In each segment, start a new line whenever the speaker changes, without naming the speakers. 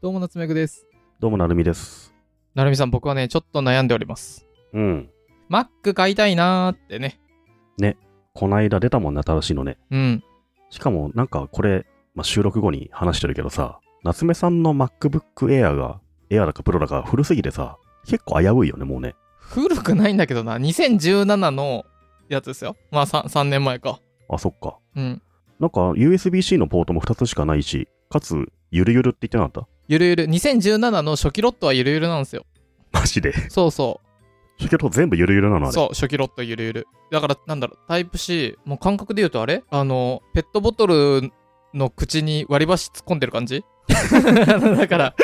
どうも、夏目くです。
どうもなるみです。
なるみさん、僕はね、ちょっと悩んでおります。
うん。
Mac 買いたいなーってね。
こないだ出たもんね、新しいのね。
うん。
しかも、なんかこれ、まあ、収録後に話してるけどさ、夏目さんの MacBook Air が、Air だか Pro だか古すぎてさ、結構危ういよね、もうね。
古くないんだけどな。2017のやつですよ。まあ3、3年前か。
あ、そっか。
うん。
なんか USB-C のポートも2つしかないし、かつ、ゆるゆるって言ってなかっ
ゆるゆる。2017の初期ロットはゆるゆるなんですよ。
たマジで。
そうそ
しかも全部ゆるゆるなのあ
う。
れ。
そう、初期ロットゆるゆる。だから、なんだろう、タイプ C、もう感覚で言うとあれあの、ペットボトルの口に割り箸突っ込んでる感じ だから、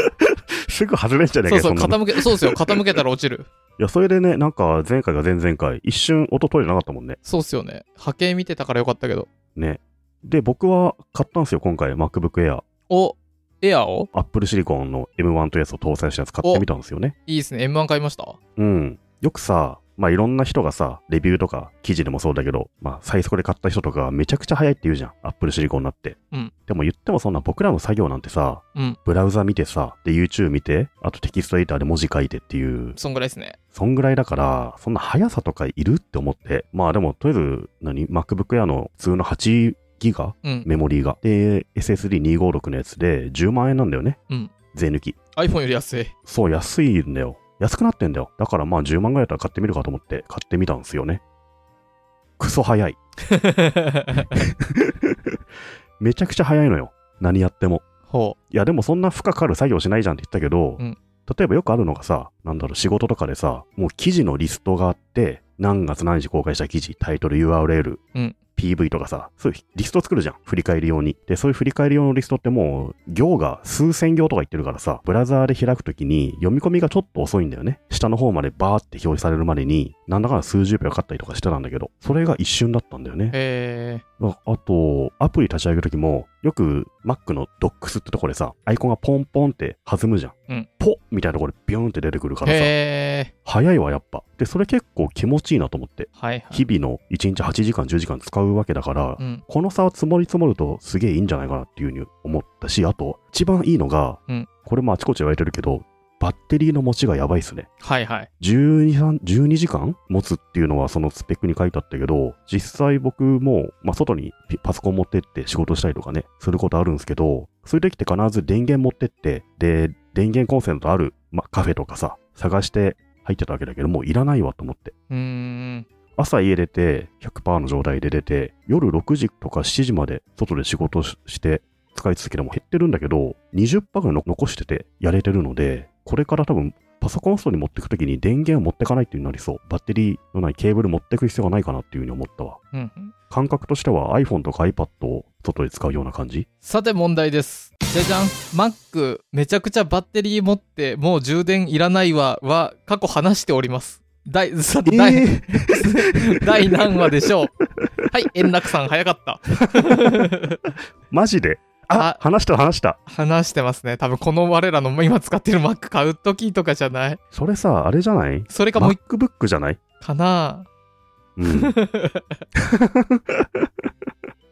すぐ外れんじゃねえ
そう
かよ、
そう、
んなの。
傾け、そうですよ、傾けたら落ちる。
いや、それでね、なんか前回が前々回、一瞬音取れてなかったもんね。
そうっすよね。波形見てたからよかったけど。
ね。で、僕は買ったんですよ、今回、MacBook Air。
お、エアーを
Apple Silicon の M1 というやつを搭載したやつ買ってみたんですよね。
いいですね。M1 買いました。
うん。よくさ、まあ、いろんな人がさ、レビューとか記事でもそうだけど、まあ、最速で買った人とかがめちゃくちゃ早いって言うじゃん。Apple Silicon になって。
うん
でも言ってもそんな僕らの作業なんてさ、
うん
ブラウザ見てさ、で YouTube 見て、あとテキストエディターで文字書いてっていう、
そんぐらいですね。
そんぐらいだから、そんな速さとかいるって思って。まあでも、とりあえず、何 ?MacBook Air の普通の8ギガ
うん。
メモリーが。で、SSD256 のやつで10万円なんだよね。
うん
税抜き。
iPhone より安い。
そう、安いんだよ。安くなってんだよ。だからまあ10万ぐらいだったら買ってみるかと思って買ってみたんですよね。クソ早い。めちゃくちゃ早いのよ。何やっても。
ほ
いや、でもそんな負荷かかる作業しないじゃんって言ったけど、
うん
例えばよくあるのがさ、なんだろう、仕事とかでさ、もう記事のリストがあって、何月何日公開した記事、タイトル、URL、
うん
PV とかさ、そういうリスト作るじゃん。振り返り用に。で、そういう振り返り用のリストってもう、行が数千行とか言ってるからさ、ブラウザーで開くときに読み込みがちょっと遅いんだよね。下の方までバーって表示されるまでに、なんだかんだ数十秒かかったりとかしてたんだけど、それが一瞬だったんだよね
う。。え
ああと、アプリ立ち上げるときも、よく Mac の Docs ってとこでさ、アイコンがポンポンって弾むじゃん。
うん
ポッみたいなところでビューンって出てくるか
ー。
らさ、
え
早いわ、やっぱ。で、それ結構気持ちいいなと思って。
ー。はいはい。
日々の1日8時間、10時間使うわけだから、
うん。
この差は積もり積もるとすげえいいんじゃないかなっていうふうに思ったし、あと、一番いいのが、
うん
これもあちこち言われてるけど、バッテリーの持ちがやばいっすね。
はいはい。
12, さん12時間持つっていうのはそのスペックに書いてあったけど、実際僕も、まあ、外にピパソコン持ってって仕事したりとかね、することあるんですけど、そういう時って必ず電源持ってって、で、電源コンセントある、まあ、カフェとかさ、探して入ってたわけだけど、もういらないわと思って。
うーん。
朝家出て、100%の状態で出て、夜6時とか7時まで外で仕事しして、使い続けても減ってるんだけど、20%ぐらいの残しててやれてるので、これから多分、パソコン外に持ってくときに電源を持ってかないっていうなりそう。バッテリーのないケーブル持ってく必要がないかなっていうふうに思ったわ。
うんうん。
感覚としては iPhone とか iPad を外で使うような感じ
さて問題です。じゃじゃん。Mac、めちゃくちゃバッテリー持って、もう充電いらないわ、は、過去話しております。第、さて第、第何話でしょう。はい、円楽さん、早かった。
マジで
あ
あ話した話した。
話してますね。多分、この我らの今使ってる Mac 買う時とかじゃない。
それさ、あれじゃない
それかもう一
?MacBook じゃない
かな
うん。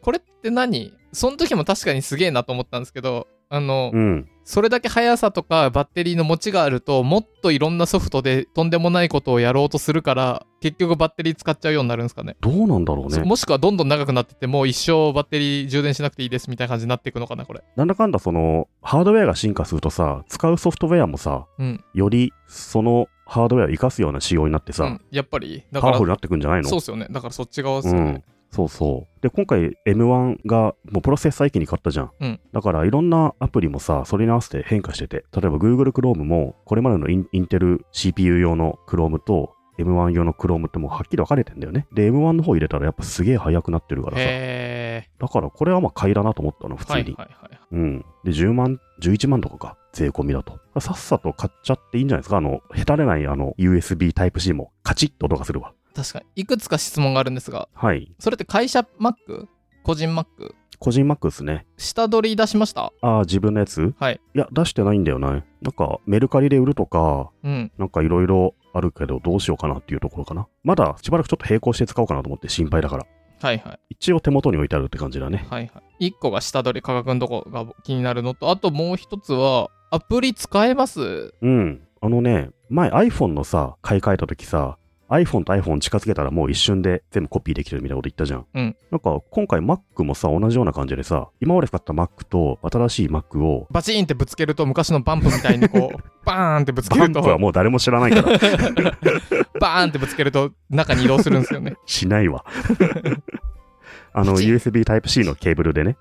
これって何その時も確かにすげえなと思ったんですけど、あの、
うん。
それだけ速さとかバッテリーの持ちがあると、もっといろんなソフトでとんでもないことをやろうとするから、結局バッテリー使っちゃうようになるんですかね。
どうなんだろうね。
もしくはどんどん長くなってって、もう一生バッテリー充電しなくていいですみたいな感じになっていくのかな、これ。
なんだかんだその、ハードウェアが進化するとさ、使うソフトウェアもさ、
うん。
よりそのハードウェアを活かすような仕様になって
う
さ、
ん、やっぱり、だか
パワ
ら
フル、になってくんじゃないの
そうっすよね。だからそっち側っすよ
う
ね
ん。。そうそう。で、今回 M1 がもうプロセッサー一気に買ったじゃん。
うん
だからいろんなアプリもさ、それに合わせて変化してて、例えば Google Chrome もこれまでのインインテル CPU 用の Chrome と M1 用の Chrome ってもうはっきり分かれてんだよね。で、M1 の方入れたらやっぱすげえ速くなってるからさ。
へえ。
だからこれはまあ買いだなと思ったの、普通
は
に。
いはいはい。
うん。で、10万、11万とかか、税込みだと。さっさと買っちゃっていいんじゃないですかあの、へたれないあの、USB Type-C もカチッと音がするわ。
確かに、いくつか質問があるんですが、
はい。
それって会社 Mac? 個人 Mac?
個人 Mac ですね。
下取り出しました
ああ、自分のやつ
はい。
いや、出してないんだよな、なんか、メルカリで売るとか、
うん。
なんかいろいろあるけど、どうしようかなっていうところかな。まだ、しばらくちょっと並行して使おうかなと思って心配だから。
はいはい。
一応手元に置いてあるって感じだね。
はいはい。1個が下取り価格のとこが気になるのと、あともう一つは、アプリ使えます
うん。あのね、前 iPhone のさ、買い替えた時さ、iPhone と iPhone 近づけたらもう一瞬で全部コピーできるみたいなこと言ったじゃん。
うん
なんか今回 Mac もさ、同じような感じでさ、今まで使った Mac と新しい Mac を、
バチーンってぶつけると昔のバンプみたいにこう バーンってぶつけ
バ
る
ンプ
と
はもう誰も知らないから、
バーンってぶつけると中に移動するんですよね。
しない わ。あの、
口
USB Type-C のケーブル でね、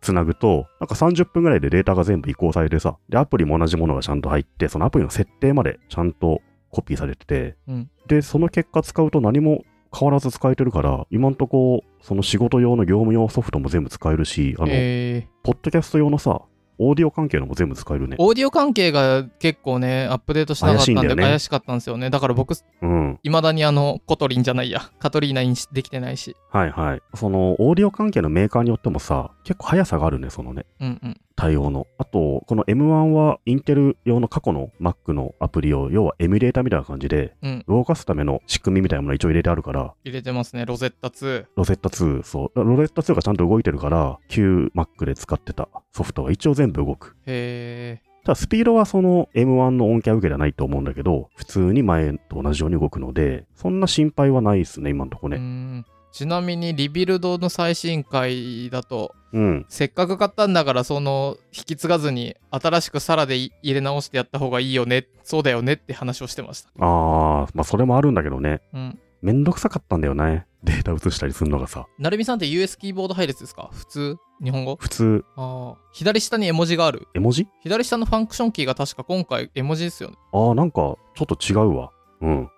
つなぐと、なんか30分ぐらいでデータが全部移行されてさ、で、アプリも同じものがちゃんと入って、そのアプリの設定までちゃんとコピーされてて、
うん
で、その結果使うと何も変わらず使えてるから、今んとこ、その仕事用の業務用ソフトも全部使える し、あの、
え
ポッドキャスト用のさ、オーディオ関係のも全部使える
ー、。
ね
オーディオ関係が結構ね、アップデートしなかったん
怪しいんだ
で
よね
怪しかったんですよね。だから僕、
うん。
いまだにあの、コトリンじゃないや、カトリーナにできてないし。
はいはい。その、オーディオ関係のメーカーによってもさ、結構速さがあるね、そのね。
うんうん。
対応の。あと、この M1 はインテル用の過去の Mac のアプリを、要はエミュレーターみたいな感じで、
うん
動かすための仕組みみたいなものを一応入れてあるから、
入れてますね、ロゼッタ2。
ロゼッタ2、そう、ロゼッタ2がちゃんと動いてるから、旧 Mac で使ってたソフトは一応全部動く。
へ
ただ、スピードはその M1 の恩恵は受けてないと思うんだけど、普通に前と同じように動くので、そんな心配はないですね、今のとこ
ーうー
ね。
ん。ちなみにリビルドの最新回だと
うん。
せっかく買ったんだからその引き継がずに新しくサラで入れ直してやった方がいいよねそうだよねって話をしてました
あー、まあ、それもあるんだけどね。
うん
めんどくさかったんだよね。データ移したりするのがさ、
なるみさんって US キーボード配列ですか普通日本語
普通、
ああ左下に絵文字がある
絵文字
左下のファンクションキーが確か今回絵文字ですよ ね
ああ、なんか、ちょっと違うわ。うん。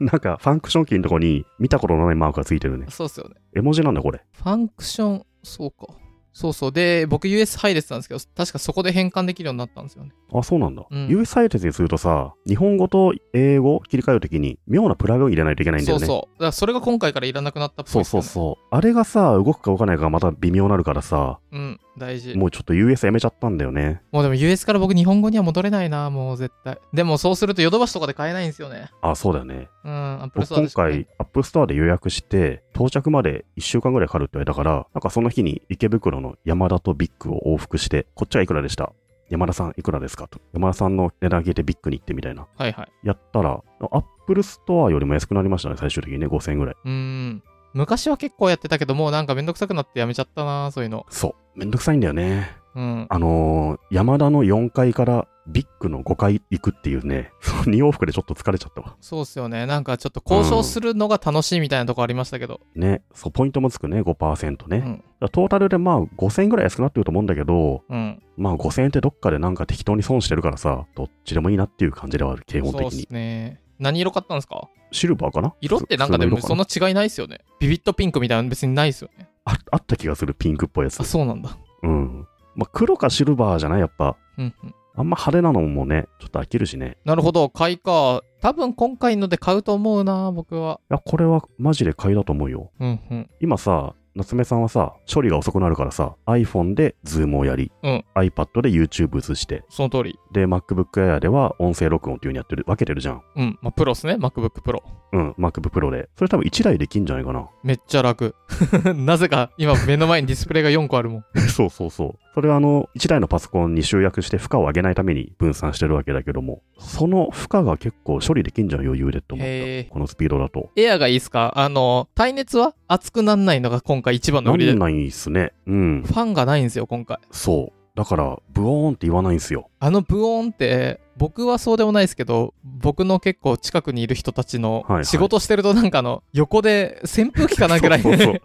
なんか、ファンクションキーのとこに見たことのないマークがついてるね。
そうですよね
絵文字なんだ、これ。
ファンクションそうかそうそうで僕 US 配列なんですけど確かそこで変換できるようになったんですよね
あ、そうなんだ。
うん
US 配列にするとさ、日本語と英語を切り替えるときに、妙なプラグイン入れないといけないんだ
そ
よ
う
ね。
そうだからそれが今回からいらなくなったっぽい
そう
です
そ
よ
う
ね
そうあれがさ、動くか動かないかがまた微妙になるからさ、
うん大事
もうちょっと US やめちゃったんだよね。
もうでも US から僕日本語には戻れないな、もう絶対。でもそうするとヨドバシとかで買えないんですよね。
あ、そうだよね。
うん、アップル
僕
ストア
今
でしかね、
回、App Store で予約して、到着まで1週間ぐらいかかるって言われたから、なんかその日に池袋の山田とビッグを往復して、こっちはいくらでした山田さんいくらですかと。山田さんの値段聞いてビッグに行ってみたいな。
はいはい。
やったら、Apple Store よりも安くなりましたね、最終的にね、5000円ぐらい。
うーん。昔は結構やってたけど、もうなんかめんどくさくなってやめちゃったな、そういうの。
そう。めんどくさいんだよね。
うん。
あのー、山田の4階からビッグの5階行くっていうね、 その2往復でちょっと疲れちゃったわ。
そうっすよね。なんかちょっと交渉するのが楽しいみたいなとこありましたけど。
ね。そう、ポイントもつくね、5%ね。
う
だか
ん。
らトータルでまあ5000円ぐらい安くなってると思うんだけど、
うん。
まあ5000円ってどっかでなんか適当に損してるからさ、どっちでもいいなっていう感じではある、基本
そうっ
的
す
に。
ね。何色買ったんですか
シルバーかな
色ってなんかでもそん
の
な違いないっすよね。ビビットピンクみたいなの別にないっすよね。
あ。あった気がする、ピンクっぽいやつ
あ、。そうなんだ。
うん。まあ黒かシルバーじゃないやっぱ。
うんうん。
あんま派手なのもね、ちょっと飽きるしね。
なるほど、買いか。多分今回ので買うと思うな、僕は。
いや、これはマジで買いだと思うよ。
うんうん。
今さ、夏目さんはさ、処理が遅くなるからさ、iPhone で Zoom をやり、
うん
iPad で YouTube 映して、
その通り。
で、MacBook Air では音声録音っていう風にやってる、分けてるじゃん。
うん、まあ、プロっすね、MacBook Pro。
うん、MacBook Pro で。それ多分1台できんじゃないかな。
めっちゃ楽。 なぜか今目の前にディスプレイが4個あるもん。
そうそうそう。それはあの、1台のパソコンに集約して負荷を上げないために分散してるわけだけども、その負荷が結構処理できんじゃん、余裕でと思っ
へー
た。このスピードだと。
エアがいいっすかあの、耐熱は熱くなんないのが今回一番の
な
売りで。
ん
フ
ないっすね。うん。
ァンがないんですよ、今回。
そう。だから、ブオーンって言わないんすよ。
あのブオーンって、僕はそうでもないですけど、僕の結構近くにいる人たちの
はいはい
仕事してるとなんかあの、横で扇風機かなぐらい
そうそうそう
で、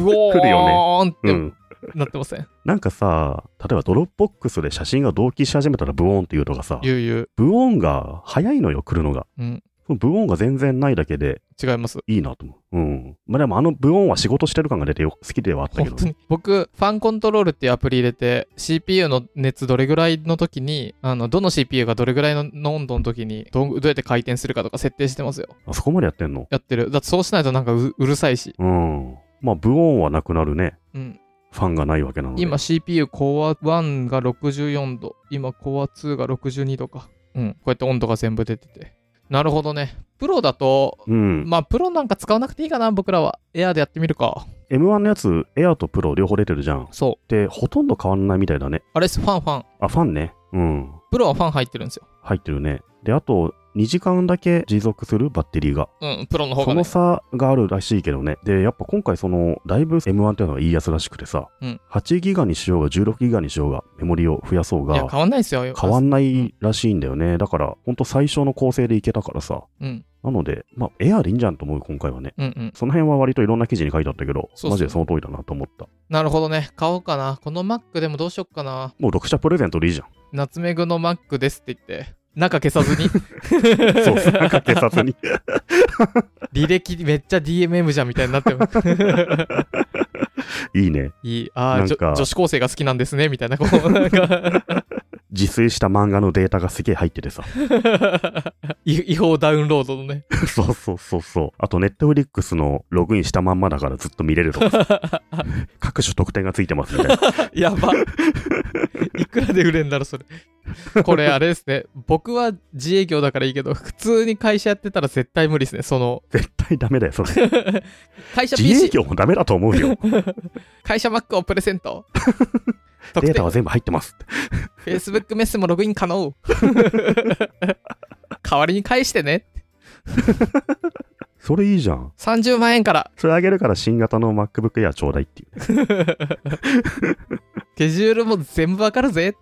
ブオ
来る
ー
よ
ンっ
う
て
ん。
なってません。
なんかさ、例えばドロップボックスで写真が同期し始めたらブオーンって言うとかさ、
ゆうゆ
ブオーンが早いのよ、来るのが。
う。うん、
そのブオーンが全然ないだけで
違います。
いいなと思う。うん。まあでもあのブオーンは仕事してる感が出てよ好きではあったけ
本
ど
当。に僕ファンコントロールっていうアプリ入れて CPU の熱どれぐらいの時にあのどの CPU がどれぐらいの温度の時にどんどうやって回転するかとか設定してますよ
あそこまでやってんの
やってるだってそうしないとなんかううるさいし、
うん。まあ、ブオーンはなくなるね。
うん、
ファンがないわけなので。
今 CPU コア1が64度今コア2が62度か、うん、こうやって温度が全部出ててなるほどねプロだと
うん。
まあプロなんか使わなくていいかな僕らはエアーでやってみるか
M1 のやつ、エアとプロ両方出てるじゃん。
そう。
で、ほとんど変わんないみたいだね。
あれです、ファンファン。
あ、ファンね。うん。
プロはファン入ってるんですよ。
入ってるね。で、あと、2時間だけ持続するバッテリーが。
うん、プロの方
そ
がね
の。差があるらしいけどね。で、やっぱ今回その、だいぶ M1 っていうのがいいやつらしくてさ、
うん
8ギガにしようが16ギガにしようが、メモリを増やそう
いや、
が、
変わんないですよ。
変わ
ん
んないらしいんだよね。だから、ほんと最小の構成でいけたからさ。
うん、
なので、まあ、エアでいいんじゃんと思う、今回はね。
うん、うん。
その辺は割といろんな記事に書いてあったけど、
そうそう
マジでその通りだなと思った。
なるほどね。買おうかな。この Mac でもどうしよっかな。
もう読者プレゼントでいいじゃん。
夏目ぐの Mac ですって言って。中消さずに
そう、なんか警察に。
履歴めっちゃ DMM じゃんみたいになって も
いいね。
いいああ
なん
女
か
女子高生が好きなんですねみたいなこうなんか
自炊した漫画のデータがすげえ入って てさ。
違違法ダウンロードの ね
そうそうそうそう。あと、ネットフリックスのログインしたまんまだからずっと見れるとかさ。各種特典がついてますみた いな。
やば。いくらで売れんだろ、それ。これ、あれですね。僕は自営業だからいいけど、普通に会社やってたら絶対無理ですね。そ の、
絶対ダメだよ、それ。
会社
自営
PC、
業もダメだと思うよ。
会社 Mac をプレゼン ト。特
データ
典、
は全部入ってますって。
Facebook メッセもログイン可能。 代わりに返してね。
それいいじゃん。
30万円から。
それあげるから新型の MacBook Air ちょうだいっていう。
スケジュールも全部わかるぜ。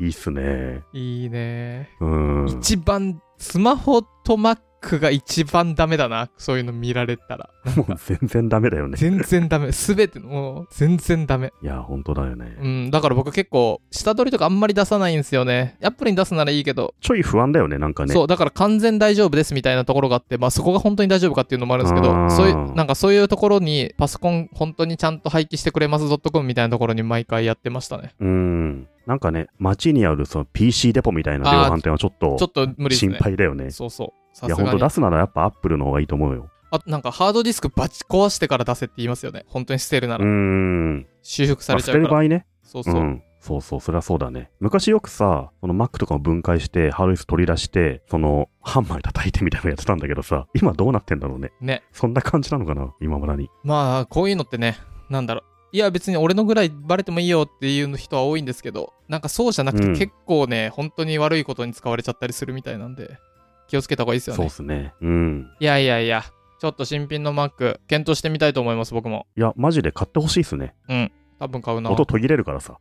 いいっすね。
いいね。
うん。
一番、スマホと Mac が一番ダメだな。そういうの見られたら。
もう全然ダメだよね。
全然ダメ。すべての、もう、全然ダメ。
いや、本当だよね。
うん、だから僕結構、下取りとかあんまり出さないんですよね。アップルに出すならいいけど、
ちょい不安だよね、なんかね。
そう、だから完全大丈夫ですみたいなところがあって、まあそこが本当に大丈夫かっていうのもあるんですけど
あ、ー
そういう、なんかそういうところに、パソコン本当にちゃんと廃棄してくれます .com みたいなところに毎回やってましたね。
うん。なんかね、街にあるその PC デポみたいな量販店はちょっと
ちょっと無理です
心
ね。
配だよね。
そうそう。さ
い
すが
や、本当
に
出。すならやっぱアップルの方がいいと思うよ。
あとなんかハードディスクバチ壊してから出せって言いますよね。本当に捨てるな
うー
ら。
ん。
修復さ
まあ
れ
捨
ちゃ
て
う
る
か
場
ら。
合ね。
そう
う
そう。
ん。そうそう、それはそうだね。昔よくさ、この Mac とかを分解して、ハードディスク取り出して、その、ハンマーで叩いてみたいなのやってたんだけどさ、今どうなってんだろうね。
ね。
そんな感じなのかな、今村に。
まあこういうのってねなんだろういや別に俺のぐらいバレてもいいよっていう人は多いんですけどなんかそうじゃなくて
うん
結構ね、本当に悪いことに使われちゃったりするみたいなんで気をつけた方がいいですよ
そうっ
ね
すね。うん。
いやいやいやちょっと新品の Mac 検討してみたいと思います僕も
いや、マジで買ってほしいっすね。
多分買うな
音途切れるからさ。